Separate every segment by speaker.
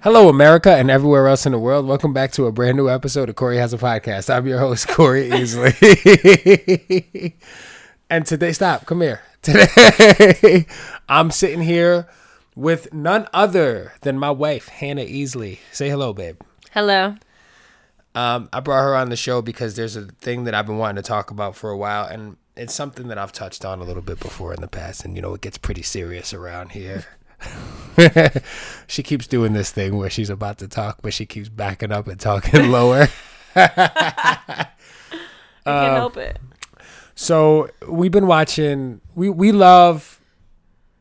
Speaker 1: Hello, America, and everywhere else in the world. Welcome back to a brand new episode of Corey Has a Podcast. I'm your host, Corey Easley. and today, stop, come here. Today, I'm sitting here with none other than my wife, Hannah Easley. Say hello, babe.
Speaker 2: Hello.
Speaker 1: Um, I brought her on the show because there's a thing that I've been wanting to talk about for a while, and it's something that I've touched on a little bit before in the past, and you know, it gets pretty serious around here. she keeps doing this thing where she's about to talk, but she keeps backing up and talking lower.
Speaker 2: I
Speaker 1: Uh,
Speaker 2: can't help it.
Speaker 1: So we've been watching. We we love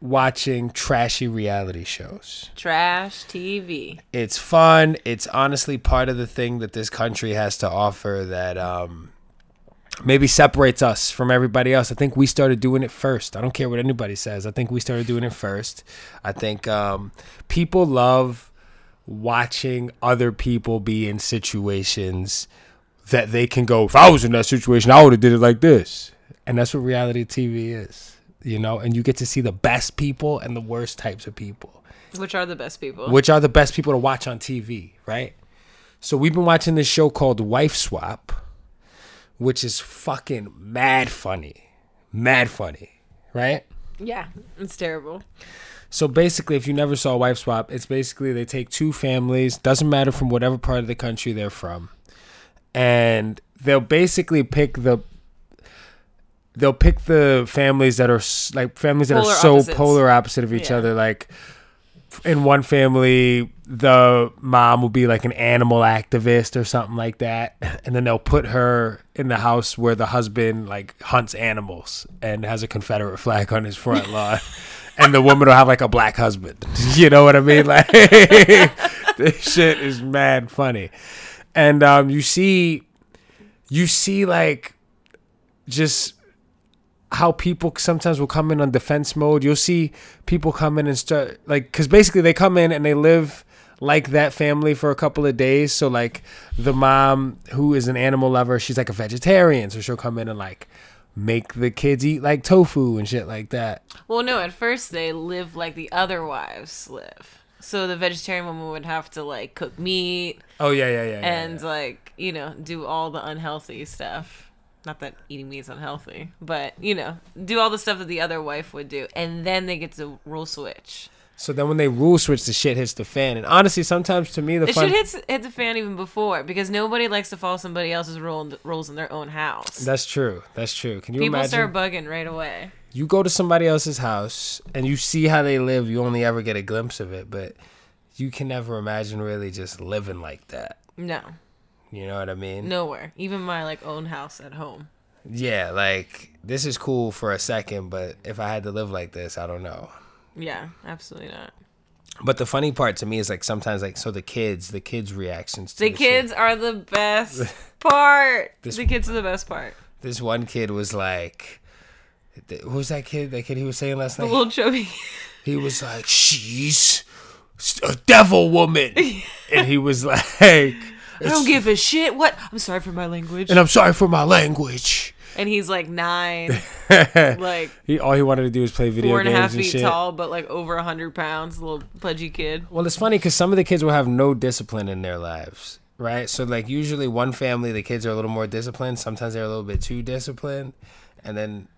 Speaker 1: watching trashy reality shows.
Speaker 2: Trash TV.
Speaker 1: It's fun. It's honestly part of the thing that this country has to offer that um, maybe separates us from everybody else. I think we started doing it first. I don't care what anybody says. I think we started doing it first. I think um, people love watching other people be in situations that they can go. If I was in that situation, I would have did it like this. And that's what reality TV is, you know. And you get to see the best people and the worst types of people
Speaker 2: Which are the best people?
Speaker 1: which are the best people to watch on TV, right? So we've been watching this show called Wife Swap, which is fucking mad funny. Mad funny, right?
Speaker 2: yeah, it's terrible.
Speaker 1: So basically, if you never saw Wife Swap, it's basically they take two families, doesn't matter from whatever part of the country they're from, and they'll basically pick the they'll pick the families that are s- like families that
Speaker 2: Polar
Speaker 1: are so
Speaker 2: opposites.
Speaker 1: polar opposite of each
Speaker 2: Yeah.
Speaker 1: other. Like f- in one family, the mom will be like an animal activist or something like that, and then they'll put her in the house where the husband like hunts animals and has a Confederate flag on his front lawn. And the woman will have like a black husband. You know what I mean? Like, this shit is mad funny. And um, you see, you see like just how people sometimes will come in on defense mode. You'll see people come in and start like because basically they come in and they live like that family for a couple of days. So like the mom who is an animal lover, she's like a vegetarian, so she'll come in and like make the kids eat like tofu and shit like that.
Speaker 2: Well, no, at first they live like the other wives live. So the vegetarian woman would have to like cook meat
Speaker 1: Oh yeah, yeah, yeah.
Speaker 2: and like, you know, do all the unhealthy stuff. Not that eating meat is unhealthy, but you know, do all the stuff that the other wife would do. And then they get to rule switch.
Speaker 1: so then when they rule switch, the shit hits the fan. And honestly, sometimes to me the
Speaker 2: It
Speaker 1: fun
Speaker 2: should hit, hit the fan even before because nobody likes to follow somebody else's rule in, rules in their own house.
Speaker 1: that's true. That's true. Can you
Speaker 2: People
Speaker 1: imagine?
Speaker 2: start bugging right away.
Speaker 1: you go to somebody else's house and you see how they live, you only ever get a glimpse of it, but you can never imagine really just living like that.
Speaker 2: No,
Speaker 1: You know what I mean?
Speaker 2: nowhere. Even my like own house at home.
Speaker 1: Yeah, like this is cool for a second, but if I had to live like this, I don't know.
Speaker 2: Yeah, absolutely not.
Speaker 1: But the funny part to me is like sometimes like so the kids, the kids' reactions to
Speaker 2: The
Speaker 1: this shit.
Speaker 2: kids are the best part.
Speaker 1: This-
Speaker 2: the kids are the best part.
Speaker 1: This one kid was like th- who was that kid? That kid he was saying last
Speaker 2: The
Speaker 1: night.
Speaker 2: little chubby.
Speaker 1: he was like, "She's a devil woman," and he was like, "I
Speaker 2: I don't give a shit. What? I'm sorry for my language.
Speaker 1: and I'm sorry for my language.
Speaker 2: And he's like nine, like
Speaker 1: he all he wanted to do was play video
Speaker 2: four and a
Speaker 1: games
Speaker 2: half
Speaker 1: and
Speaker 2: feet
Speaker 1: shit.
Speaker 2: tall, but like over a hundred pounds. Little pudgy kid.
Speaker 1: Well, it's funny because some of the kids will have no discipline in their lives, right? So like usually one family the kids are a little more disciplined. Sometimes they're a little bit too disciplined, and then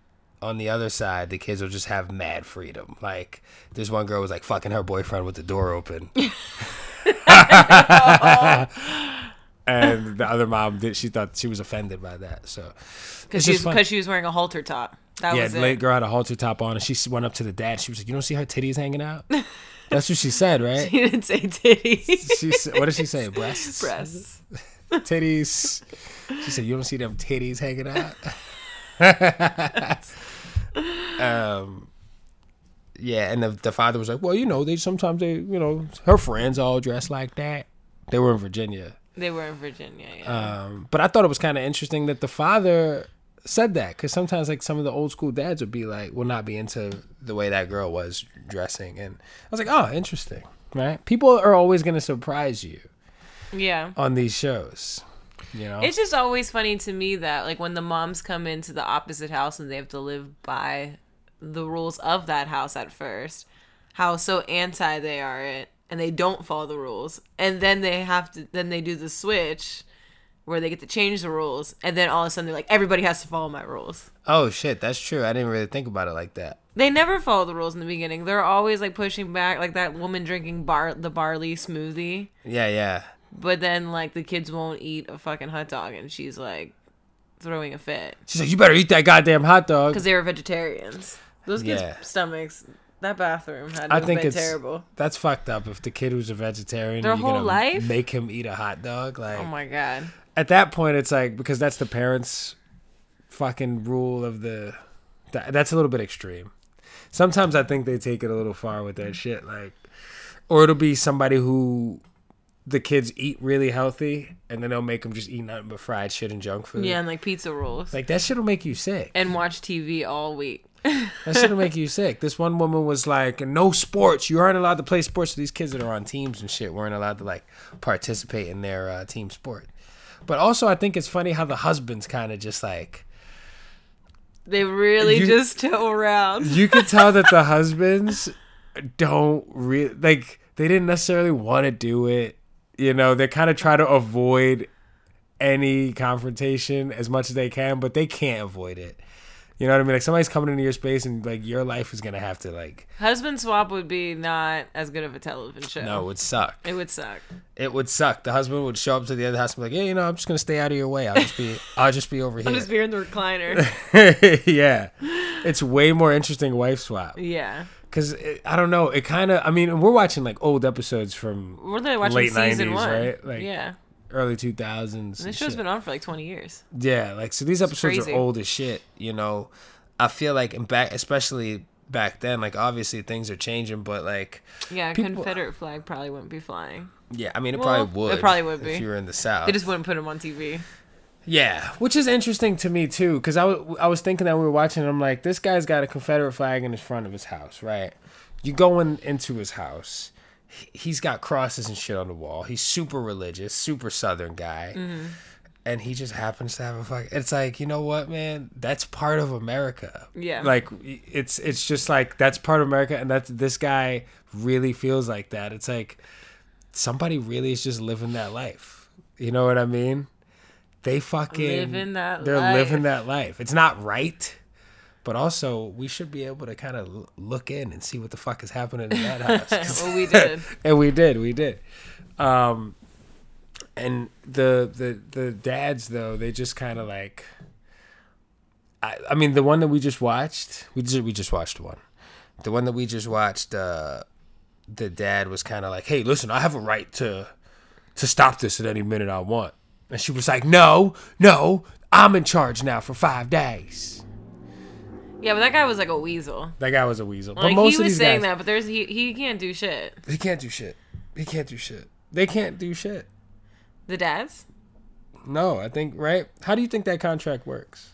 Speaker 1: on the other side the kids will just have mad freedom. Like this one girl was like fucking her boyfriend with the door open. And the other mom did. She thought she was offended by that. So, It's just
Speaker 2: Because she was
Speaker 1: fun.
Speaker 2: because she was wearing a halter top. That
Speaker 1: Yeah,
Speaker 2: was
Speaker 1: the
Speaker 2: it.
Speaker 1: late girl had a halter top on, and she s- went up to the dad. She was like, "You don't see her titties hanging out?" That's what she said, right?
Speaker 2: He didn't say titties.
Speaker 1: She said, "What did she say? Breasts,
Speaker 2: Breasts.
Speaker 1: titties." She said, "You don't see them titties hanging out." um, yeah, and the, the father was like, "Well, you know, they sometimes they, you know, her friends all dress like that. They were in Virginia."
Speaker 2: They were in Virginia. Yeah.
Speaker 1: Um, but I thought it was kind of interesting that the father said that because sometimes like some of the old school dads would be like, "Will not be into the way that girl was dressing," and I was like, "Oh, interesting." Right? People are always going to surprise you
Speaker 2: yeah.
Speaker 1: on these shows. You know?
Speaker 2: It's just always funny to me that like when the moms come into the opposite house and they have to live by the rules of that house at first, how so anti they are it, and they don't follow the rules and then they have to then they do the switch where they get to change the rules and then all of a sudden they're like everybody has to follow my rules
Speaker 3: Oh shit, that's true. I didn't really think about it like that.
Speaker 2: they never follow the rules in the beginning they're always like pushing back like that woman drinking bar the barley smoothie
Speaker 3: Yeah, yeah.
Speaker 2: but then like the kids won't eat a fucking hot dog and she's like throwing a fit
Speaker 1: She's like, you better eat that goddamn hot dog.
Speaker 2: because they were vegetarians those kids
Speaker 3: Yeah.
Speaker 2: stomachs that bathroom had to
Speaker 1: I
Speaker 2: have
Speaker 1: think
Speaker 2: been
Speaker 1: it's-
Speaker 2: terrible
Speaker 1: That's fucked up. If the kid was a vegetarian,
Speaker 2: Their
Speaker 1: you're
Speaker 2: whole
Speaker 1: gonna
Speaker 2: life?
Speaker 1: make him eat a hot dog. Like
Speaker 2: oh my god
Speaker 1: at that point, it's like because that's the parents' fucking rule of the. That, that's a little bit extreme. Sometimes I think they take it a little far with that shit. Like, or it'll be somebody who the kids eat really healthy, and then they'll make them just eat nothing but fried shit and junk food.
Speaker 2: yeah and like pizza rules
Speaker 1: Like that shit'll make you sick.
Speaker 2: and watch TV all week.
Speaker 1: That shit'll make you sick. This one woman was like, "No sports. You aren't allowed to play sports." So these kids that are on teams and shit weren't allowed to like participate in their uh, team sport. But also, I think it's funny how the husbands kind of just like
Speaker 2: They really
Speaker 1: You-
Speaker 2: just tow around.
Speaker 1: you could tell that the husbands don't really like they didn't necessarily want to do it. You know, they kind of try to avoid any confrontation as much as they can, but they can't avoid it. You know what I mean? Like somebody's coming into your space and like your life is gonna have to like
Speaker 2: Husband swap would be not as good of a television show.
Speaker 3: No, it would suck.
Speaker 2: It would suck.
Speaker 3: It would suck. The husband would show up to the other house and be like, "Yeah, you know, I'm just gonna stay out of your way. I'll just be, I'll just be over here."
Speaker 2: I'm just beer in the recliner.
Speaker 1: yeah, it's way more interesting wife swap
Speaker 2: yeah.
Speaker 1: because I don't know. It kind of I mean we're watching like old episodes from
Speaker 2: We're there watching
Speaker 1: Late
Speaker 2: season
Speaker 1: 90s,
Speaker 2: one.
Speaker 1: right? Like,
Speaker 2: yeah.
Speaker 1: early two thousands.
Speaker 2: This show's been on for like 20 years.
Speaker 1: yeah, like so these episodes are
Speaker 2: crazy.
Speaker 1: old.
Speaker 3: old as shit. You know, I feel like in back, especially back then, like obviously things are changing, but like,
Speaker 2: Yeah, a
Speaker 1: People-
Speaker 2: Confederate flag probably wouldn't be flying.
Speaker 3: yeah, I mean, it
Speaker 2: Well,
Speaker 3: probably would.
Speaker 2: it probably would
Speaker 3: if
Speaker 2: be.
Speaker 3: you were in the south.
Speaker 1: Uh,
Speaker 2: They just wouldn't put them on TV.
Speaker 1: Yeah, which is interesting to me too because I wa- I was thinking that we were watching. and I'm like, this guy's got a Confederate flag in his front of his house, right? You go in, into his house. he- He's got crosses and shit on the wall. He's super religious, super southern guy. And he just happens to have a fuck. It's like, you know what, man? That's part of America.
Speaker 2: Yeah.
Speaker 1: like it's it's just like that's part of america and that's this guy really feels like that it's like somebody really is just living that life you know what i mean they fucking
Speaker 2: Living that
Speaker 1: they're
Speaker 2: life.
Speaker 1: living that life it's not right but also we should be able to kind of look in and see what the fuck is happening in that house 'Cause-
Speaker 2: well, we did.
Speaker 1: and we did we did um and the the the dads though they just kind of like I, I mean the one that we just watched
Speaker 3: We just we just watched one. The one that we just watched, uh, the dad was kind of like, "Hey, listen, I have a right to."
Speaker 1: to stop this at any minute i want and she was like no no i'm in charge now for five days
Speaker 2: Yeah, but that guy was like a weasel.
Speaker 1: that guy was a weasel but
Speaker 2: Like
Speaker 1: most
Speaker 2: he
Speaker 1: of
Speaker 2: was
Speaker 1: these
Speaker 2: saying
Speaker 1: guys
Speaker 2: that, but there's he he can't do shit.
Speaker 1: they can't do shit they can't do shit they can't do shit
Speaker 2: The dads?
Speaker 1: no i think right how do you think that contract works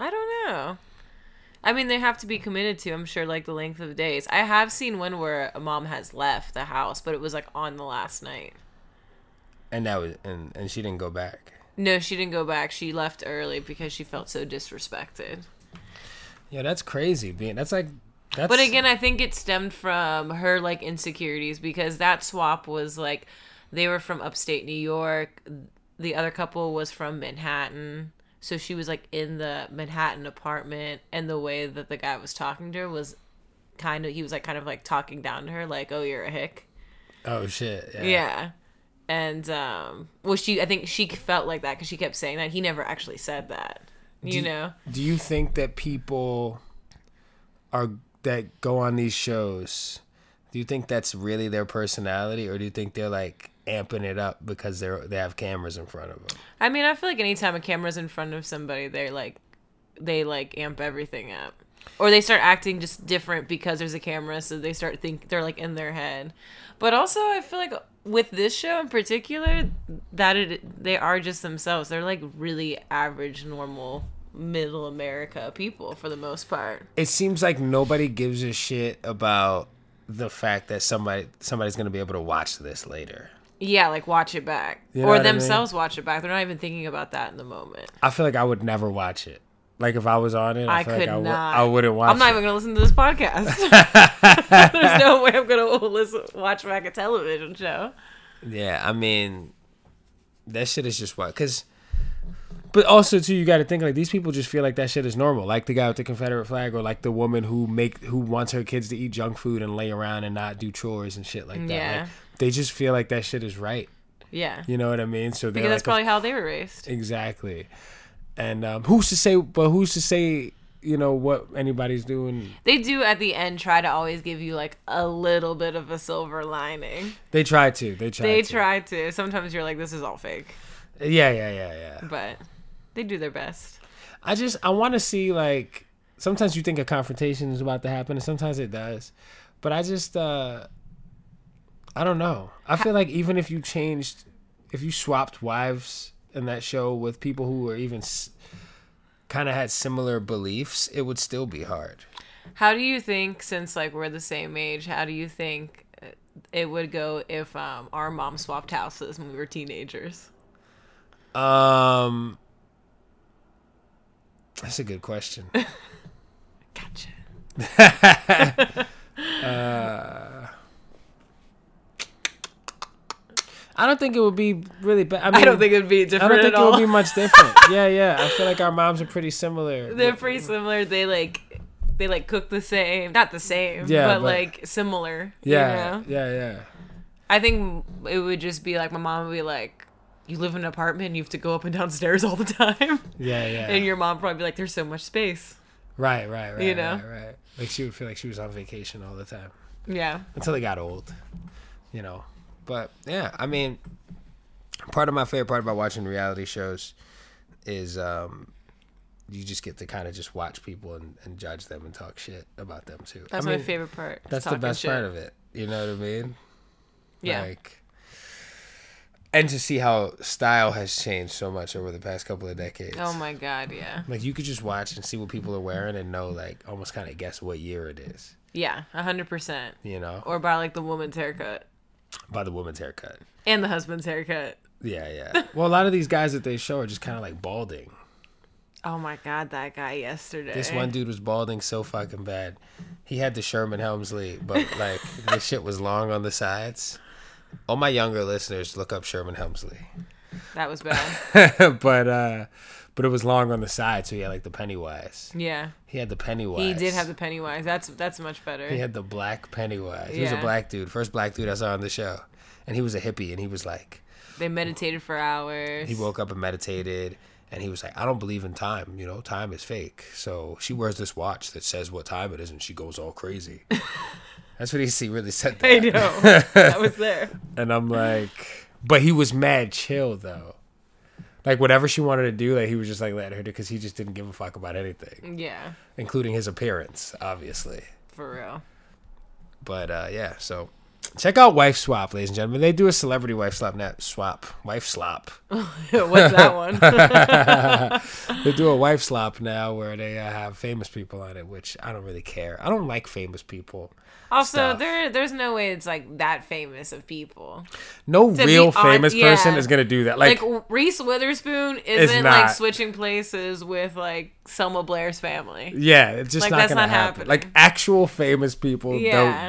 Speaker 2: I don't know. I mean, they have to be committed to, I'm sure, like the length of days. I have seen one where a mom has left the house, but it was like on the last night.
Speaker 3: And that was and, and she didn't go back.
Speaker 2: No, she didn't go back. She left early because she felt so disrespected.
Speaker 3: Yeah, that's crazy. Being that's like that's
Speaker 2: But again, I think it stemmed from her like insecurities because that swap was like they were from upstate New York. The other couple was from Manhattan. So she was like in the Manhattan apartment and the way that the guy was talking to her was kind of he was like kind of like talking down to her like, "Oh, you're a hick."
Speaker 3: oh shit. Yeah.
Speaker 2: Yeah. And um well she I think she felt like that cuz she kept saying that. He never actually said that. You know.
Speaker 1: do you think that people are that go on these shows
Speaker 3: Do you think that's really their personality, or do you think they're like amping it up because they're they have cameras in front of them?
Speaker 2: I mean, I feel like anytime a camera's in front of somebody, they like they like amp everything up. Or they start acting just different because there's a camera, so they start think they're like in their head. But also, I feel like with this show in particular, that it they are just themselves. They're like really average, normal, middle America people for the most part.
Speaker 3: It seems like nobody gives a shit about the fact that somebody somebody's gonna be able to watch this later.
Speaker 2: Yeah, like watch it back,
Speaker 1: know
Speaker 2: or
Speaker 1: what I mean?
Speaker 2: themselves watch it back. They're not even thinking about that in the moment.
Speaker 1: i feel like i would never watch it
Speaker 4: Like if I was on it, I,
Speaker 2: I
Speaker 4: feel like
Speaker 2: could
Speaker 4: I, w-
Speaker 2: not.
Speaker 4: I wouldn't watch.
Speaker 2: I'm not
Speaker 4: it.
Speaker 2: even gonna listen to this podcast. There's no way I'm gonna listen, watch back a television show.
Speaker 1: Yeah, I mean, that shit is just what. Cause, but also too, you got to think like these people just feel like that shit is normal. Like the guy with the Confederate flag, or like the woman who make who wants her kids to eat junk food and lay around and not do chores and shit like that.
Speaker 2: Yeah.
Speaker 1: Like, they just feel like that shit is right.
Speaker 2: Yeah,
Speaker 4: You know what I mean? So they're
Speaker 2: because that's
Speaker 4: like,
Speaker 2: probably how they were raised.
Speaker 4: exactly. And um, who's to say? But who's to say? You know what anybody's doing?
Speaker 2: They do at the end try to always give you like a little bit of a silver lining.
Speaker 4: They try to. They try.
Speaker 2: They
Speaker 4: to.
Speaker 2: try to. Sometimes you're like, this is all fake,
Speaker 1: Yeah, yeah, yeah, yeah.
Speaker 2: but they do their best.
Speaker 4: I just I want to see like sometimes you think a confrontation is about to happen and sometimes it does, but I just uh I don't know. I feel like even if you changed, if you swapped wives in that show with people who were even s- kind of had similar beliefs, it would still be hard.
Speaker 2: How do you think, since like we're the same age, how do you think uh, it would go if um, our mom swapped houses when we were teenagers?
Speaker 1: Um,
Speaker 4: That's a good question.
Speaker 2: Gotcha.
Speaker 4: I don't think it would be really bad. I, mean,
Speaker 2: I don't think it'd be
Speaker 4: I
Speaker 2: different
Speaker 4: don't think it
Speaker 2: at all.
Speaker 4: would be much different. yeah, yeah. I feel like our moms are pretty similar.
Speaker 2: They're pretty similar. They like they like cook the same, not the same,
Speaker 4: Yeah,
Speaker 2: but,
Speaker 4: but-
Speaker 2: like similar.
Speaker 4: yeah,
Speaker 2: you know?
Speaker 4: yeah, yeah.
Speaker 2: I think it would just be like my mom would be like, "You live in an apartment, you have to go up and downstairs all the time,"
Speaker 4: Yeah, yeah.
Speaker 2: and your mom would probably be like, "There's so much space."
Speaker 4: right, right, right.
Speaker 2: you know?
Speaker 4: right, right. Like she would feel like she was on vacation all the time.
Speaker 2: Yeah,
Speaker 4: until they got old.
Speaker 1: you know, but yeah, I mean, part of my favorite part about watching reality shows is um, you just get to kind of just watch people and, and judge them and talk shit about them too.
Speaker 2: that's
Speaker 1: I mean,
Speaker 2: my favorite part.
Speaker 1: That's the best part of it. You know what I mean?
Speaker 2: Yeah,
Speaker 1: Like, and to see how style has changed so much over the past couple of decades.
Speaker 2: oh my god, yeah,
Speaker 1: Like you could just watch and see what people are wearing and know, like, almost kind of guess what year it is.
Speaker 2: yeah, hundred percent.
Speaker 1: You know,
Speaker 2: Or by like the woman's haircut
Speaker 1: by the woman's haircut.
Speaker 2: and the husband's haircut.
Speaker 1: Yeah, yeah.
Speaker 4: Well, a lot of these guys that they show are just kind of like balding.
Speaker 2: Oh my god, that guy yesterday.
Speaker 1: This one dude was balding so fucking bad. He had the Sherman Helmsley, but like the shit was long on the sides. All my younger listeners, look up Sherman Helmsley.
Speaker 2: that was bad.
Speaker 4: but uh but it was long on the side, so he had like the Pennywise.
Speaker 2: Yeah,
Speaker 1: He had the Pennywise.
Speaker 2: he did have the Pennywise. That's that's much better.
Speaker 1: He had the black Pennywise. He was a
Speaker 2: Yeah.
Speaker 1: black dude, first black dude I saw on the show, and he was a hippie. And he was like,
Speaker 2: They meditated for hours.
Speaker 1: he woke up and meditated, and he was like, I don't believe in time. You know, time is fake. So she wears this watch that says what time it is, and she goes all crazy. That's what he see really said. That.
Speaker 2: I know. that was there.
Speaker 4: And I'm like, but he was mad chill though. Like whatever she wanted to do, like he was just like letting her do because he just didn't give a fuck about anything,
Speaker 2: Yeah,
Speaker 4: including his appearance, obviously.
Speaker 2: for real.
Speaker 1: But uh, yeah, so
Speaker 4: Check out Wife Swap, ladies and gentlemen. They do a celebrity wife swap net swap. Wife slop.
Speaker 2: What's that one?
Speaker 4: They do a wife slop now where they uh, have famous people on it, which I don't really care. I don't like famous people.
Speaker 2: also,
Speaker 4: Stuff.
Speaker 2: there there's no way it's like that famous of people.
Speaker 4: No
Speaker 2: be
Speaker 4: real
Speaker 2: hon-
Speaker 4: famous person
Speaker 2: yeah.
Speaker 4: is gonna do that.
Speaker 2: Like,
Speaker 4: Like,
Speaker 2: Reese Witherspoon isn't like
Speaker 4: not.
Speaker 2: switching places with like Selma Blair's family.
Speaker 4: yeah, it's just
Speaker 2: Like,
Speaker 4: not
Speaker 2: that's
Speaker 4: gonna
Speaker 2: not
Speaker 4: happen.
Speaker 2: happening.
Speaker 4: Like actual famous people
Speaker 2: Yeah.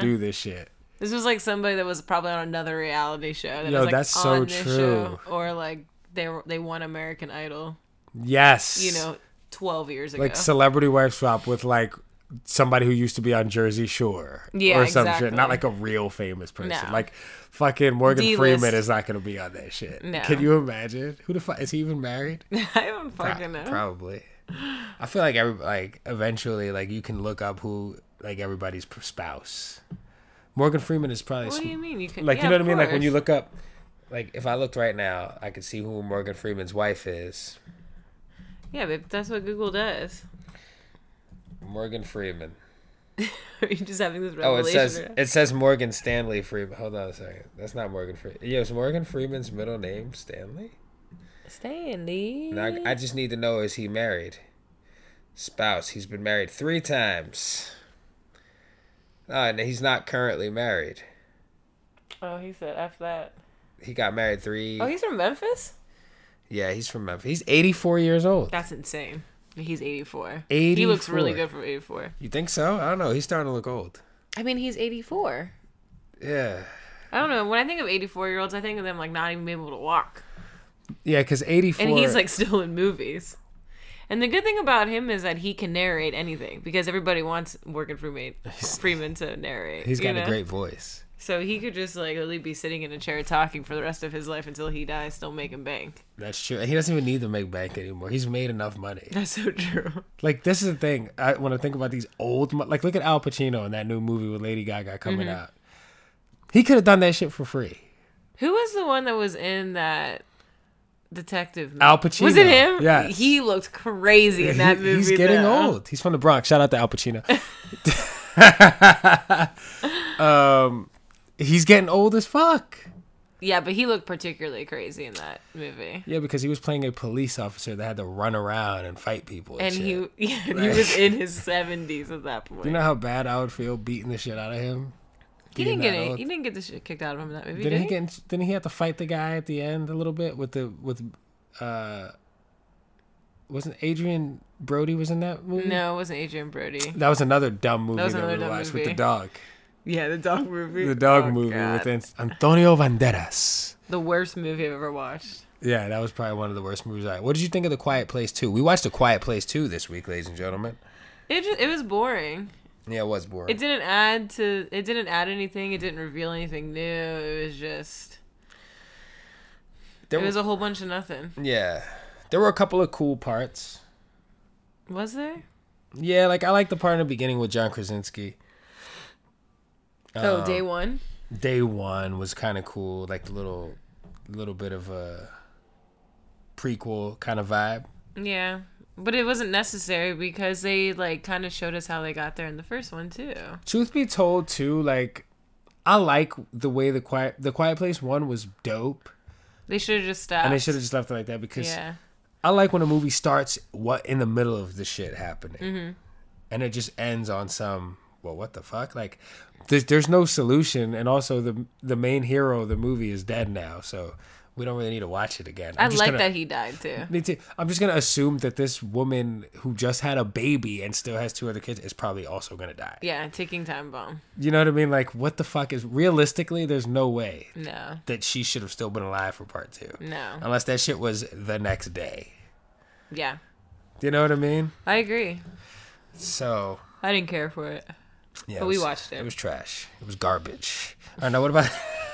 Speaker 4: don't do this shit.
Speaker 2: This was like somebody that was probably on another reality show. That
Speaker 4: Yo,
Speaker 2: was, like,
Speaker 4: that's so
Speaker 2: on this
Speaker 4: true.
Speaker 2: Show, or like they were, they won American Idol.
Speaker 4: Yes,
Speaker 2: You know, twelve years ago.
Speaker 4: like celebrity wife swap with like somebody who used to be on Jersey Shore
Speaker 2: Yeah,
Speaker 4: or some
Speaker 2: exactly.
Speaker 4: shit. Not like a real famous person.
Speaker 2: No.
Speaker 4: Like fucking Morgan
Speaker 2: D-list.
Speaker 4: Freeman is not gonna be on that shit.
Speaker 2: No.
Speaker 4: Can you imagine? Who the fuck is he even married?
Speaker 2: I don't fucking know.
Speaker 1: probably. I feel like every like eventually like you can look up who like everybody's p- spouse.
Speaker 4: Morgan Freeman is probably
Speaker 2: What
Speaker 4: sm-
Speaker 2: do you mean? You could
Speaker 1: Like
Speaker 2: yeah,
Speaker 1: you know what
Speaker 2: of
Speaker 1: I mean? Like when
Speaker 2: course.
Speaker 1: you look up like if I looked right now, I could see who Morgan Freeman's wife is.
Speaker 2: Yeah, but that's what Google does.
Speaker 1: Morgan Freeman.
Speaker 2: Are you just having this
Speaker 1: Oh,
Speaker 2: revelation?
Speaker 1: it says
Speaker 2: right now?
Speaker 1: it says Morgan Stanley Freeman. Hold on a second. That's not Morgan Freeman. Yeah, is Morgan Freeman's middle name Stanley?
Speaker 2: Stanley.
Speaker 1: Now I, I just need to know is he married? Spouse. He's been married three times. Oh, and he's not currently married.
Speaker 2: Oh, he said F that.
Speaker 1: He got married three.
Speaker 2: Oh, he's from Memphis?
Speaker 1: yeah, he's from Memphis. He's 84 years old.
Speaker 2: That's insane. He's 84.
Speaker 1: 84.
Speaker 2: He looks really good for 84.
Speaker 1: You think so? I don't know. He's starting to look old.
Speaker 2: I mean, he's 84.
Speaker 1: Yeah.
Speaker 2: I don't know. When I think of 84 year olds, I think of them like not even being able to walk.
Speaker 1: Yeah, because 84.
Speaker 2: And he's like still in movies. And the good thing about him is that he can narrate anything because everybody wants Morgan Freeman, Freeman to narrate.
Speaker 1: he's got
Speaker 2: you
Speaker 1: a
Speaker 2: know?
Speaker 1: great voice.
Speaker 2: So he could just like literally be sitting in a chair talking for the rest of his life until he dies, still making bank.
Speaker 1: That's true. And he doesn't even need to make bank anymore. He's made enough money.
Speaker 2: That's so true.
Speaker 1: Like this is the thing. I when I think about these old, mo- like look at Al Pacino in that new movie with Lady Gaga coming
Speaker 2: Mm-hmm.
Speaker 1: out. He could have done that shit for free.
Speaker 2: Who was the one that was in that detective? Movie?
Speaker 1: Al Pacino.
Speaker 2: Was it him?
Speaker 1: Yes.
Speaker 2: He looked crazy in that
Speaker 1: He-
Speaker 2: movie.
Speaker 1: he's getting
Speaker 2: though.
Speaker 1: old. He's from the Bronx. Shout out to Al Pacino. um, he's getting old as fuck.
Speaker 2: Yeah, but he looked particularly crazy in that movie.
Speaker 1: Yeah, because he was playing a police officer that had to run around and fight people. And,
Speaker 2: And
Speaker 1: shit.
Speaker 2: he, yeah, and he was in his seventies at that point.
Speaker 1: you know how bad I would feel beating the shit out of him.
Speaker 2: he didn't
Speaker 1: being that
Speaker 2: get any,
Speaker 1: old?
Speaker 2: he didn't get the shit kicked out of him in that movie.
Speaker 1: Didn't
Speaker 2: did
Speaker 1: he get? Didn't he have to fight the guy at the end a little bit with the with? uh Wasn't Adrian Brody was in that movie?
Speaker 2: No, it wasn't Adrian Brody.
Speaker 1: That was another dumb movie that,
Speaker 2: was another
Speaker 1: we
Speaker 2: dumb
Speaker 1: watched with
Speaker 2: movie.
Speaker 1: the dog.
Speaker 2: Yeah, the dog movie.
Speaker 1: The dog
Speaker 2: Oh,
Speaker 1: movie
Speaker 2: God.
Speaker 1: with An- Antonio Banderas.
Speaker 2: the worst movie I've ever watched.
Speaker 1: Yeah, that was probably one of the worst movies I. What did you think of The Quiet Place 2? We watched The Quiet Place 2 this week, ladies and gentlemen.
Speaker 2: It just, it was boring.
Speaker 1: Yeah, it was boring.
Speaker 2: It didn't add to. It didn't add anything. It didn't reveal anything new. It was just.
Speaker 1: there
Speaker 2: It was
Speaker 1: were,
Speaker 2: a whole bunch of nothing.
Speaker 1: yeah. There were a couple of cool parts.
Speaker 2: Was there?
Speaker 1: Yeah, like I like the part in the beginning with John Krasinski. Um,
Speaker 2: oh, day one.
Speaker 1: Day 1 was kind of cool, like the little little bit of a prequel kind of vibe.
Speaker 2: Yeah, but it wasn't necessary because they like kind of showed us how they got there in the first one too.
Speaker 1: truth be told too like i like the way the quiet the quiet place one was dope
Speaker 2: They should have just stopped.
Speaker 1: and they should have just left it like that because
Speaker 2: Yeah,
Speaker 1: i like when a movie starts what in the middle of the shit happening
Speaker 2: Mm-hmm.
Speaker 1: and it just ends on some well what the fuck like there's, there's no solution and also the the main hero of the movie is dead now so we don't really need to watch it again
Speaker 2: I
Speaker 1: I'm just
Speaker 2: like
Speaker 1: gonna-
Speaker 2: that he died too.
Speaker 1: me too. I'm just gonna assume that this woman who just had a baby and still has two other kids is probably also gonna die.
Speaker 2: Yeah, ticking time bomb.
Speaker 1: You know what I mean? Like, what the fuck is realistically? There's no way
Speaker 2: No,
Speaker 1: that she should have still been alive for part two,
Speaker 2: no.
Speaker 1: unless that shit was the next day.
Speaker 2: Yeah,
Speaker 1: You know what I mean?
Speaker 2: I agree.
Speaker 1: So
Speaker 2: I didn't care for it.
Speaker 1: yeah,
Speaker 2: But we
Speaker 1: was-
Speaker 2: watched it.
Speaker 1: It was trash. It was garbage. I don't know. What about?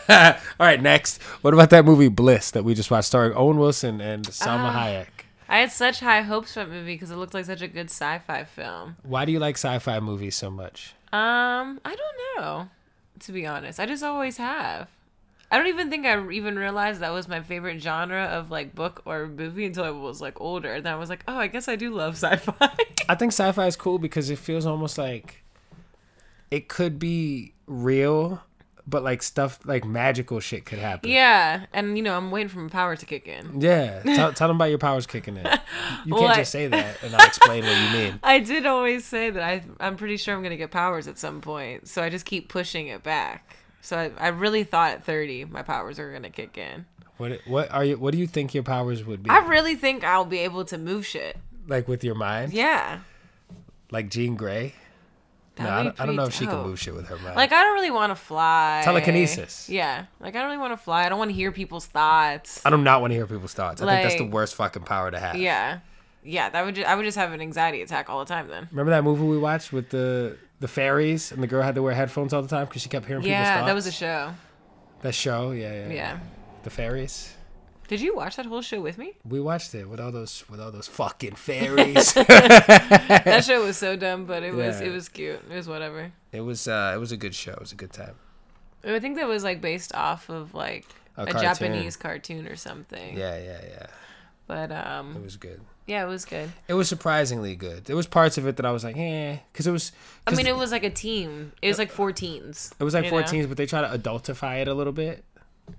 Speaker 1: All right, next. What about that movie Bliss that we just watched, starring Owen Wilson and Salma
Speaker 2: Ah.
Speaker 1: Hayek?
Speaker 2: I had such high hopes for that movie because it looked like such a good sci-fi film.
Speaker 1: Why do you like sci-fi movies so much?
Speaker 2: Um, I don't know, to be honest. I just always have. I don't even think I even realized that was my favorite genre of like book or movie until I was like older. And then I was like, oh, I guess I do love sci-fi.
Speaker 1: I think sci-fi is cool because it feels almost like it could be real, but like stuff like magical shit could happen.
Speaker 2: yeah, and you know I'm waiting for my power to kick in.
Speaker 1: Yeah, tell, tell them about your powers kicking in. You can't
Speaker 2: Well, I-
Speaker 1: just say that and I'll explain what you mean.
Speaker 2: I did always say that I I'm pretty sure I'm gonna get powers at some point, so I just keep pushing it back. So I, I really thought at 30 my powers are gonna kick in.
Speaker 1: What what are you? What do you think your powers would be
Speaker 2: I really think I'll be able to move shit.
Speaker 1: like with your mind?
Speaker 2: Yeah.
Speaker 1: Like Jean Grey? No,
Speaker 2: That'd
Speaker 1: I don't, I
Speaker 2: be
Speaker 1: don't
Speaker 2: pretty
Speaker 1: know if she can
Speaker 2: dope.
Speaker 1: move shit with her mind.
Speaker 2: Like I don't really want to fly.
Speaker 1: Telekinesis.
Speaker 2: Yeah. Like I don't really want to fly. I don't want to hear people's thoughts.
Speaker 1: I do not want to hear people's thoughts. I think that's the
Speaker 2: Like-
Speaker 1: worst fucking power to have.
Speaker 2: Yeah. Yeah, that would ju- I would just have an anxiety attack all the time then.
Speaker 1: Remember that movie we watched with the the fairies and the girl had to wear headphones all the time because she kept hearing people's
Speaker 2: Yeah,
Speaker 1: thoughts.
Speaker 2: that was a show.
Speaker 1: that show. Yeah, yeah,
Speaker 2: Yeah.
Speaker 1: The fairies.
Speaker 2: Did you watch that whole show with me?
Speaker 1: We watched it with all those with all those fucking fairies.
Speaker 2: That show was so dumb, but it was
Speaker 1: Yeah.
Speaker 2: it was cute. It was whatever.
Speaker 1: it was uh it was a good show. It was a good time.
Speaker 2: I think that was like based off of like
Speaker 1: A
Speaker 2: a,
Speaker 1: cartoon.
Speaker 2: Japanese cartoon or something.
Speaker 1: Yeah, yeah, yeah.
Speaker 2: But
Speaker 1: It
Speaker 2: um
Speaker 1: was good.
Speaker 2: yeah, it was good.
Speaker 1: It was surprisingly good. There was parts of it that I was like, eh, because it was.
Speaker 2: I
Speaker 1: 'cause
Speaker 2: mean, it was like a team. It was like four teens.
Speaker 1: it was like
Speaker 2: you know?
Speaker 1: 14s, but they try to adultify it a little bit.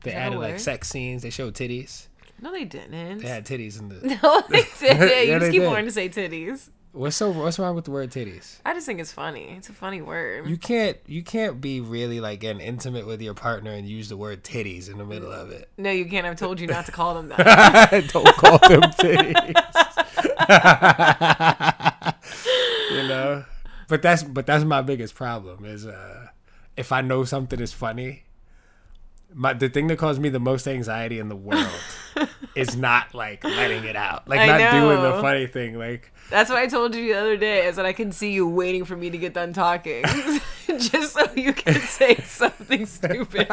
Speaker 1: They
Speaker 2: that a
Speaker 1: added like
Speaker 2: word?
Speaker 1: sex scenes. They showed titties.
Speaker 2: No, they didn't.
Speaker 1: They had titties in the.
Speaker 2: No, they didn't. you
Speaker 1: Yeah, they
Speaker 2: just keep
Speaker 1: did.
Speaker 2: wanting to say titties.
Speaker 1: What's so What's wrong with the word titties?
Speaker 2: I just think it's funny. It's a funny word.
Speaker 1: You can't you can't be really like getting intimate with your partner and use the word titties in the middle of it.
Speaker 2: no, you can't. I've told you not to call them that.
Speaker 1: Don't call them titties. you know but that's but that's my biggest problem is uh if i know something is funny my the thing that caused me the most anxiety in the world is not like letting it out like
Speaker 2: I
Speaker 1: not doing
Speaker 2: know.
Speaker 1: the funny thing like
Speaker 2: That's what I told you the other day is that I can see you waiting for me to get done talking just so you can say something stupid.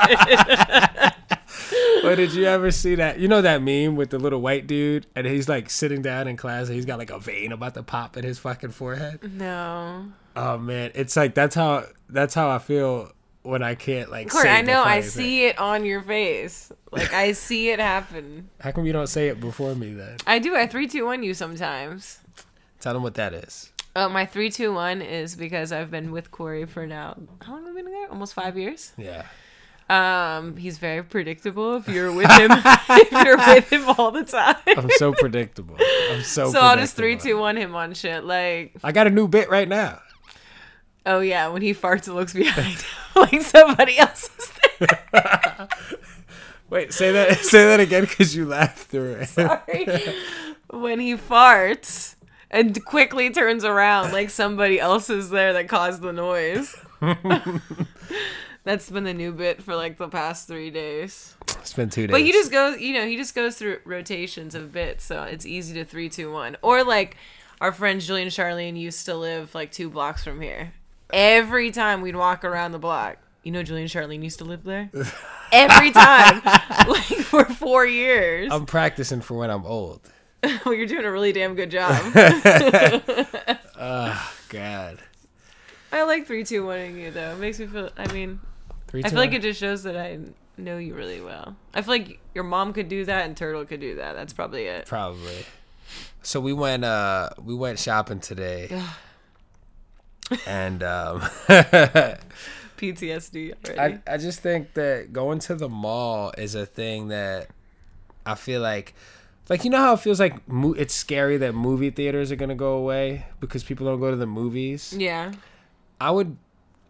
Speaker 1: But did you ever see that? You know that meme with the little white dude, and he's like sitting down in class, and he's got like a vein about to pop in his fucking forehead.
Speaker 2: Mm-hmm. no.
Speaker 1: Oh man, it's like that's how that's how I feel when I can't like.
Speaker 2: Corey,
Speaker 1: say
Speaker 2: I
Speaker 1: the
Speaker 2: know.
Speaker 1: funny
Speaker 2: I
Speaker 1: thing.
Speaker 2: see it on your face. Like, I see it happen.
Speaker 1: How come you don't say it before me then?
Speaker 2: I do. I 321 you sometimes.
Speaker 1: Tell them what that is.
Speaker 2: Uh, my 321 is because I've been with Corey for now, how long have we been together? Almost five years.
Speaker 1: Yeah.
Speaker 2: Um, he's very predictable if you're with him, if you're with him all the time.
Speaker 1: I'm so predictable. I'm so.
Speaker 2: So I'll just three,
Speaker 1: predictable.
Speaker 2: two, one him on shit. Like,
Speaker 1: I got a new bit right now.
Speaker 2: oh yeah, when he farts, it looks behind him like somebody else is there.
Speaker 1: Wait, say that. Say that again, because you laughed through it.
Speaker 2: Sorry. when he farts and quickly turns around like somebody else is there that caused the noise. That's been the new bit for like the past three days.
Speaker 1: It's been two days.
Speaker 2: But he just goes, you know, he just goes through rotations of bits, so it's easy to three, two, one. Or like our friend Julian Charlene used to live like two blocks from here. Every time we'd walk around the block, you know, Julian Charlene used to live there. Every time, like for four years,
Speaker 1: I'm practicing for when I'm old.
Speaker 2: well, you're doing a really damn good job.
Speaker 1: God.
Speaker 2: I like three, two, one in you though. It makes me feel. I mean,
Speaker 1: Three.
Speaker 2: I feel like it just shows that I know you really well. I feel like your mom could do that and Turtle could do that. That's probably it.
Speaker 1: Probably. So we went uh we went shopping today. and um
Speaker 2: PTSD already.
Speaker 1: I, I just think that going to the mall is a thing that I feel like like you know how it feels like mo- it's scary that movie theaters are going to go away because people don't go to the movies.
Speaker 2: yeah.
Speaker 1: I would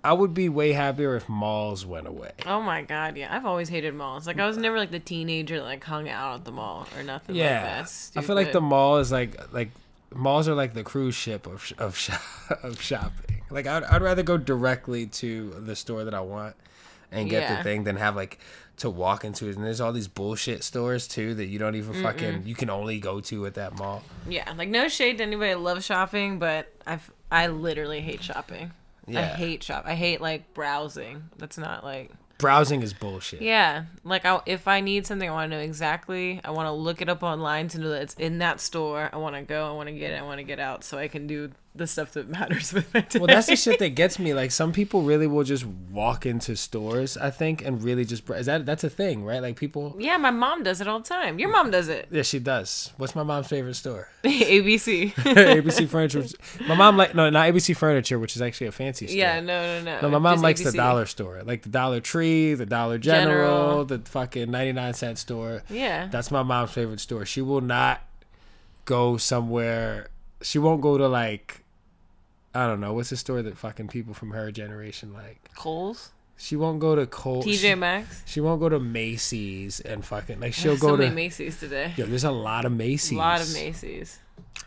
Speaker 1: I would be way happier if malls went away.
Speaker 2: Oh my god, yeah. I've always hated malls. Like I was never like the teenager that like hung out at the mall or nothing like
Speaker 1: Yeah.
Speaker 2: that.
Speaker 1: I feel like the
Speaker 2: Stupid.
Speaker 1: mall is like like malls are like the cruise ship of sh- of, shop, of shopping. Like I'd I'd rather go directly to the store that I want and get
Speaker 2: Yeah.
Speaker 1: the thing than have like to walk into it. And there's all these bullshit stores too that you don't even fucking you can only go to at that mall.
Speaker 2: Yeah, like no shade to anybody that loves shopping, but I've I literally hate shopping. I
Speaker 1: Yeah.
Speaker 2: hate shop. I hate like browsing. That's not like
Speaker 1: Browsing is bullshit.
Speaker 2: Yeah, like I, if I need something, I want to know exactly. I want to look it up online to know that it's in that store. I want to go. I want to get it. I want to get out so I can do the stuff that matters with my day.
Speaker 1: Well, that's the shit that gets me. Like some people really will just walk into stores, I think, and really just br- is that that's a thing, right? Like people
Speaker 2: yeah, my mom does it all the time. Your mom does it.
Speaker 1: Yeah, she does. What's my mom's favorite store?
Speaker 2: ABC.
Speaker 1: ABC Furniture. was- My mom like no, not ABC Furniture, which is actually a fancy store.
Speaker 2: Yeah, no, no, no.
Speaker 1: No, my mom
Speaker 2: Just
Speaker 1: likes the
Speaker 2: ABC.
Speaker 1: dollar store, like the Dollar Tree, the Dollar General,
Speaker 2: General.
Speaker 1: the fucking ninety nine cent store.
Speaker 2: Yeah.
Speaker 1: That's my mom's favorite store. She will not go somewhere. She won't go to like, I don't know, what's the store that fucking people from her generation like.
Speaker 2: Coles,
Speaker 1: She won't go to Cole.
Speaker 2: TJ Maxx.
Speaker 1: Oh, She, she won't go to Macy's and fucking like she'll
Speaker 2: so
Speaker 1: go to.
Speaker 2: many Macy's today.
Speaker 1: Yo, there's a lot of Macy's.
Speaker 2: A lot of Macy's.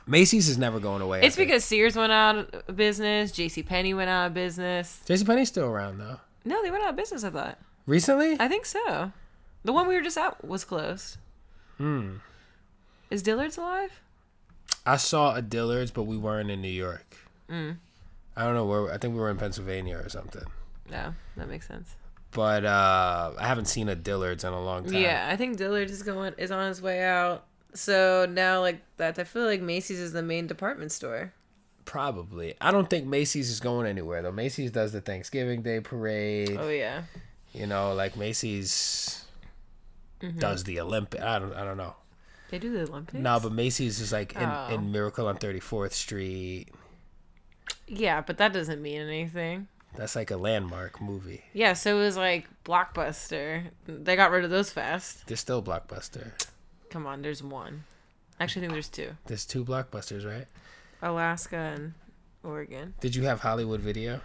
Speaker 1: Macy's is never going away.
Speaker 2: It's because Sears went out of business. J.C. Penney went out of business.
Speaker 1: Jason Penny's still around though.
Speaker 2: No, they went out of business. I thought.
Speaker 1: Recently?
Speaker 2: I think so. The one we were just at was closed. Hmm. Is Dillard's alive?
Speaker 1: I saw a Dillard's, but we weren't in New York.
Speaker 2: Mm.
Speaker 1: I don't know where. I think we were in Pennsylvania or something.
Speaker 2: No, that makes sense.
Speaker 1: But uh, I haven't seen a Dillard's in a long time.
Speaker 2: Yeah, I think Dillard's is going is on his way out. So now, like that, I feel like Macy's is the main department store.
Speaker 1: probably. I don't think Macy's is going anywhere though. Macy's does the Thanksgiving Day parade.
Speaker 2: Oh yeah,
Speaker 1: You know, like Macy's
Speaker 2: Mm-hmm.
Speaker 1: does the Olympic. I don't. I don't know.
Speaker 2: they do the Olympics.
Speaker 1: No, but Macy's is like in,
Speaker 2: Oh.
Speaker 1: in Miracle on Thirty Fourth Street.
Speaker 2: yeah, but that doesn't mean anything.
Speaker 1: That's like a landmark movie.
Speaker 2: Yeah, so it was like Blockbuster. They got rid of those fast.
Speaker 1: There's still Blockbuster.
Speaker 2: Come on, there's one. Actually, I think there's two.
Speaker 1: There's two Blockbusters, right?
Speaker 2: Alaska and Oregon.
Speaker 1: Did you have Hollywood Video?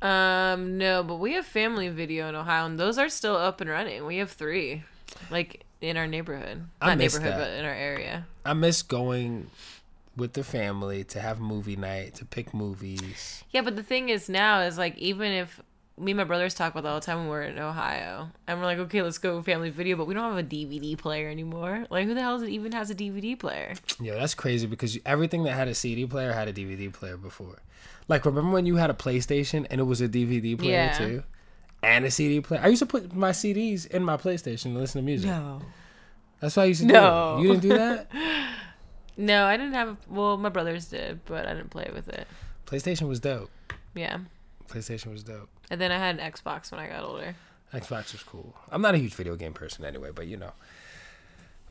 Speaker 2: Um, no, but we have family video in Ohio, and those are still up and running. We have three, like in our neighborhood,
Speaker 1: I
Speaker 2: not
Speaker 1: miss
Speaker 2: neighborhood,
Speaker 1: that.
Speaker 2: but in our area.
Speaker 1: I miss going with the family to have movie night to pick movies.
Speaker 2: Yeah, but the thing is now is like even if me and my brothers talk about that all the time when we're in Ohio, and we're like, okay, let's go family video, but we don't have a DVD player anymore. Like, who the hell even has a DVD player?
Speaker 1: Yo, that's crazy because you- everything that had a CD player had a DVD player before. Like remember when you had a PlayStation and it was a DVD player
Speaker 2: Yeah.
Speaker 1: too, and a CD player. I used to put my CDs in my PlayStation and listen to music.
Speaker 2: No,
Speaker 1: That's what I used to
Speaker 2: No.
Speaker 1: do. You didn't do that.
Speaker 2: no, I didn't have. A, well, my brothers did, but I didn't play with it.
Speaker 1: PlayStation was dope.
Speaker 2: Yeah,
Speaker 1: PlayStation was dope.
Speaker 2: and then I had an Xbox when I got older.
Speaker 1: Xbox was cool. I'm not a huge video game person anyway, but you know.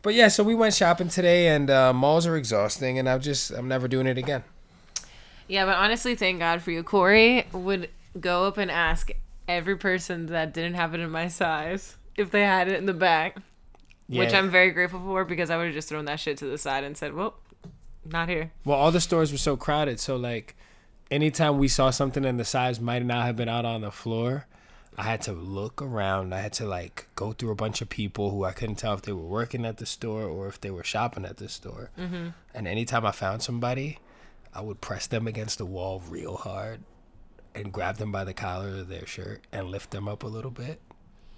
Speaker 1: But yeah, so we went shopping today, and uh, malls are exhausting, and I'm just I'm never doing it again.
Speaker 2: Yeah, but honestly, thank God for you. Corey would go up and ask every person that didn't have it in my size if they had it in the back, which
Speaker 1: Yeah.
Speaker 2: I'm very grateful for because I would have just thrown that shit to the side and said, well, not here.
Speaker 1: Well, all the stores were so crowded, so like, anytime we saw something and the size might not have been out on the floor, I had to look around. I had to like go through a bunch of people who I couldn't tell if they were working at the store or if they were shopping at the store. Mm-hmm. And anytime I found somebody, I would press them against the wall real hard and grab them by the collar of their shirt and lift them up a little bit.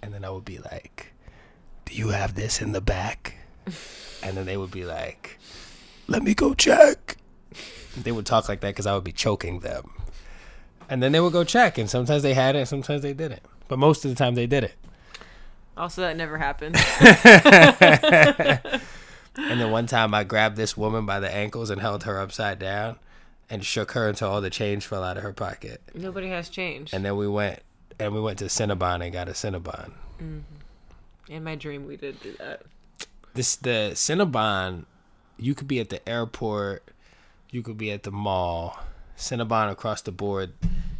Speaker 1: And then I would be like, Do you have this in the back? and then they would be like, Let me go check. They would talk like that because I would be choking them. And then they would go check. And sometimes they had it and sometimes they didn't. But most of the time they did it.
Speaker 2: Also, that never happened.
Speaker 1: And then one time I grabbed this woman by the ankles and held her upside down and shook her until all the change fell out of her pocket.
Speaker 2: Nobody has changed.
Speaker 1: And then we went and we went to Cinnabon and got a Cinnabon.
Speaker 2: In my dream, we did do that.
Speaker 1: This the Cinnabon, you could be at the airport, you could be at the mall. Cinnabon across the board,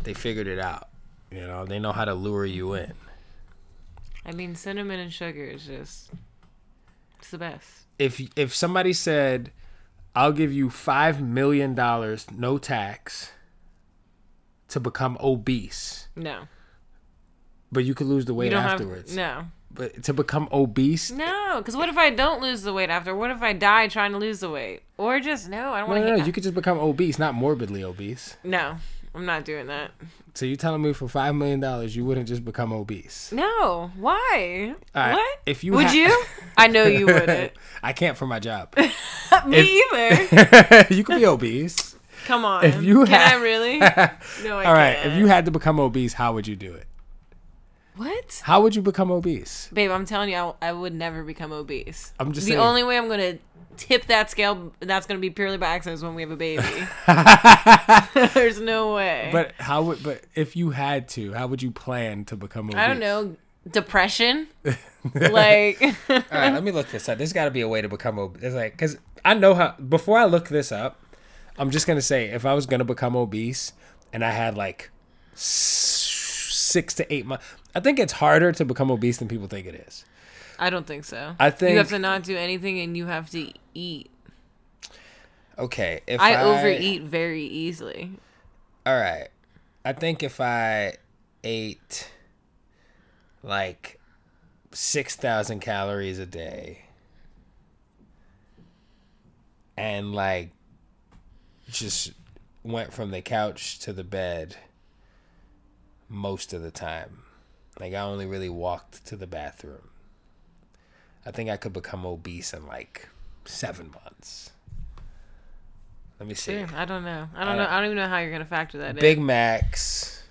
Speaker 1: they figured it out. You know, they know how to lure you in.
Speaker 2: I mean, cinnamon and sugar is just. It's the best.
Speaker 1: If if somebody said, "I'll give you five million dollars, no tax, to become obese,"
Speaker 2: No.
Speaker 1: but you could lose the
Speaker 2: You
Speaker 1: weight
Speaker 2: don't
Speaker 1: afterwards.
Speaker 2: have. No.
Speaker 1: But to become obese,
Speaker 2: No, because what if I don't lose the weight after? What if I die trying to lose the weight? Or just, no, I don't
Speaker 1: no,
Speaker 2: want to.
Speaker 1: no, no, you could just become obese, not morbidly obese.
Speaker 2: No, I'm not doing that.
Speaker 1: So you telling me for five million dollars, you wouldn't just become obese?
Speaker 2: No, why?
Speaker 1: right,
Speaker 2: What?
Speaker 1: if you
Speaker 2: would
Speaker 1: ha-
Speaker 2: you? I know you wouldn't.
Speaker 1: I can't for my job.
Speaker 2: Me either.
Speaker 1: you could be obese.
Speaker 2: Come on.
Speaker 1: If you
Speaker 2: can
Speaker 1: ha-
Speaker 2: I really? No, I
Speaker 1: All right, if
Speaker 2: can't.
Speaker 1: you had to become obese, how would you do it?
Speaker 2: what?
Speaker 1: How would you become obese?
Speaker 2: Babe, I'm telling you, I, I would never become obese.
Speaker 1: I'm just
Speaker 2: the
Speaker 1: saying.
Speaker 2: only way I'm gonna tip that scale. That's gonna be purely by accident is when we have a baby. There's no way.
Speaker 1: But how would? But if you had to, how would you plan to become obese?
Speaker 2: I don't know. Depression, like.
Speaker 1: All right, let me look this up. There's got to be a way to become obese. It's like because I know how. Before I look this up, I'm just gonna say if I was gonna become obese and I had like s- six to eight months, I think it's harder to become obese than people think it is.
Speaker 2: I don't think so.
Speaker 1: I
Speaker 2: you
Speaker 1: think-
Speaker 2: have to not do anything and you have to eat.
Speaker 1: Okay, if
Speaker 2: I, overeat very easily.
Speaker 1: All right, I think if I ate like six thousand calories a day and like just went from the couch to the bed most of the time. Like I only really walked to the bathroom. I think I could become obese in like seven months. Let me see.
Speaker 2: Yeah, I don't know. I don't know. I don't even know how you're gonna factor that in.
Speaker 1: Big Macs.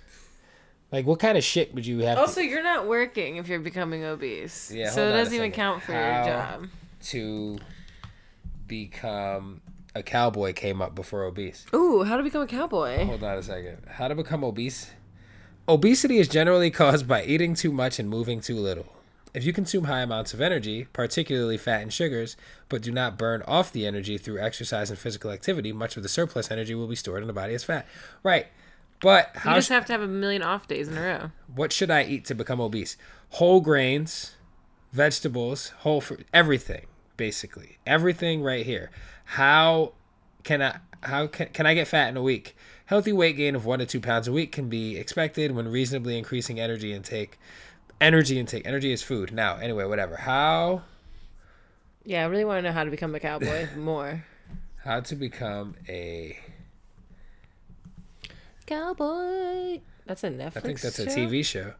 Speaker 1: Like, what kind of shit would you have
Speaker 2: Also, you're not working if you're becoming obese,
Speaker 1: Yeah,
Speaker 2: so
Speaker 1: hold
Speaker 2: it
Speaker 1: on a
Speaker 2: doesn't even
Speaker 1: second.
Speaker 2: count for
Speaker 1: How-
Speaker 2: your job.
Speaker 1: to, to become a cowboy? Came up before obese.
Speaker 2: Ooh, how to become a cowboy?
Speaker 1: Hold on a second. How to become obese? Obesity is generally caused by eating too much and moving too little. If you consume high amounts of energy, particularly fat and sugars, but do not burn off the energy through exercise and physical activity, much of the surplus energy will be stored in the body as fat. Right. But
Speaker 2: You
Speaker 1: how
Speaker 2: just
Speaker 1: sh-
Speaker 2: have to have a million off days in a row.
Speaker 1: what should I eat to become obese? Whole grains, vegetables, whole fruit, everything basically. Everything right here. How can I how can, can I get fat in a week? Healthy weight gain of 1 to 2 pounds a week can be expected when reasonably increasing energy intake. Energy intake. Energy is food. Now, anyway, whatever. How
Speaker 2: Yeah, I really want to know how to become a cowboy more.
Speaker 1: How to become a?
Speaker 2: Cowboy. That's a Netflix.
Speaker 1: I think that's
Speaker 2: show?
Speaker 1: a TV show.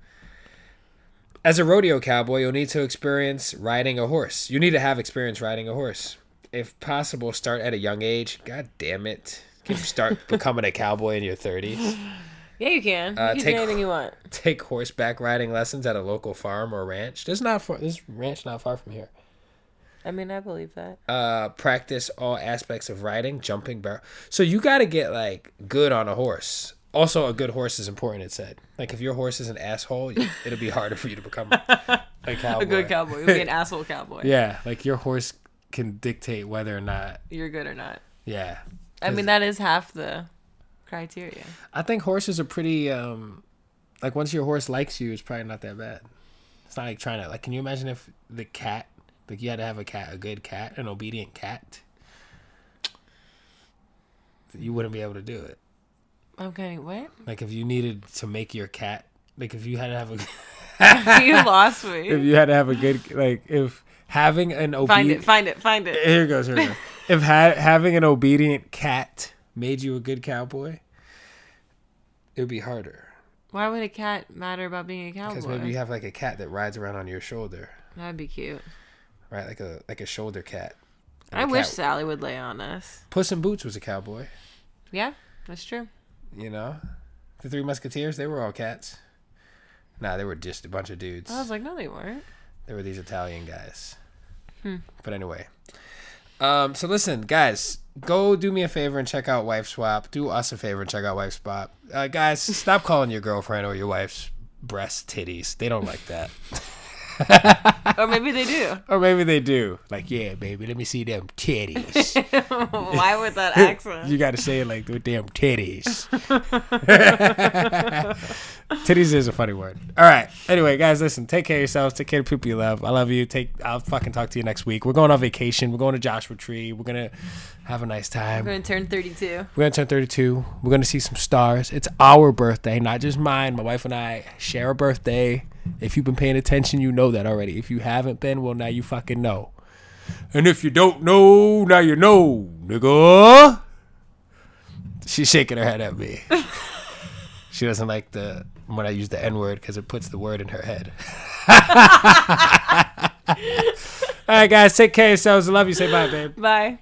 Speaker 1: As a rodeo cowboy, you'll need to experience riding a horse. You need to have experience riding a horse. If possible, start at a young age. God damn it. You can start becoming a cowboy in your 30s.
Speaker 2: Yeah, you can.
Speaker 1: Uh,
Speaker 2: you can
Speaker 1: take-
Speaker 2: do anything you want.
Speaker 1: Take horseback riding lessons at a local farm or ranch. This is not far, this ranch not far from here.
Speaker 2: I mean, I believe that.
Speaker 1: uh practice all aspects of riding, jumping, barrel. So you got to get like good on a horse. Also, a good horse is important. It said like if your horse is an asshole, you, it'll be harder for you to become a, a cowboy.
Speaker 2: A good cowboy. You'll be an asshole cowboy.
Speaker 4: Yeah, like your horse can dictate whether or not.
Speaker 2: You're good or not.
Speaker 4: Yeah,
Speaker 2: I mean, that is half the criteria.
Speaker 4: I think horses are pretty. um Like once your horse likes you, it's probably not that bad. It's not like trying to like. Can you imagine if the cat, like you had to have a cat, a good cat, an obedient cat, you wouldn't be able to do it.
Speaker 2: I'm kind of what?
Speaker 4: Like if you needed to make your cat, like if you had to have a,
Speaker 2: you lost me.
Speaker 4: if you had to have a good, like if having an
Speaker 2: find
Speaker 4: obedient,
Speaker 2: it. Find it. Find it.
Speaker 4: here it goes, here it goes. if ha- having an obedient cat made you a good cowboy,
Speaker 1: It would be harder
Speaker 2: Why would a cat matter about being a
Speaker 1: because
Speaker 2: cowboy?
Speaker 1: maybe you have like a cat that rides around on your shoulder,
Speaker 2: That'd be cute.
Speaker 1: right? Like a like a shoulder cat. And
Speaker 2: I
Speaker 1: a
Speaker 2: wish
Speaker 1: cat-
Speaker 2: Sally would lay on us.
Speaker 1: Puss in Boots was a cowboy.
Speaker 2: Yeah, that's true.
Speaker 1: You know, the Three Musketeers they were all cats. Nah, they were just a bunch of dudes.
Speaker 2: I was like, no, they weren't.
Speaker 1: There were these Italian guys.
Speaker 2: Hmm.
Speaker 1: But anyway. Um, so listen, guys, go do me a favor and check out Wife Swap. Do us a favor and check out Wife Swap. Uh, guys, stop calling your girlfriend or your wife's breast titties. They don't like that.
Speaker 2: Or maybe they do.
Speaker 4: or maybe they do. Like yeah, baby, let me see them titties.
Speaker 2: Why would that accent?
Speaker 4: You gotta say it like with damn titties. titties is a funny word. All right. Anyway, guys, listen. Take care of yourselves. Take care of the people you love. I love you. Take. I'll fucking talk to you next week. We're going on vacation. We're going to Joshua Tree. We're gonna have a nice time.
Speaker 2: I'm gonna turn 32.
Speaker 4: We're gonna turn 32. We're gonna see some stars. It's our birthday, not just mine. My wife and I share a birthday. If you've been paying attention, you know that already. If you haven't been, well, now you fucking know. And if you don't know, now you know, nigga. She's shaking her head at me. she doesn't like the when I use the N word because it puts the word in her head. All right, guys, take care of yourselves. I love you. Say bye, babe.
Speaker 2: Bye.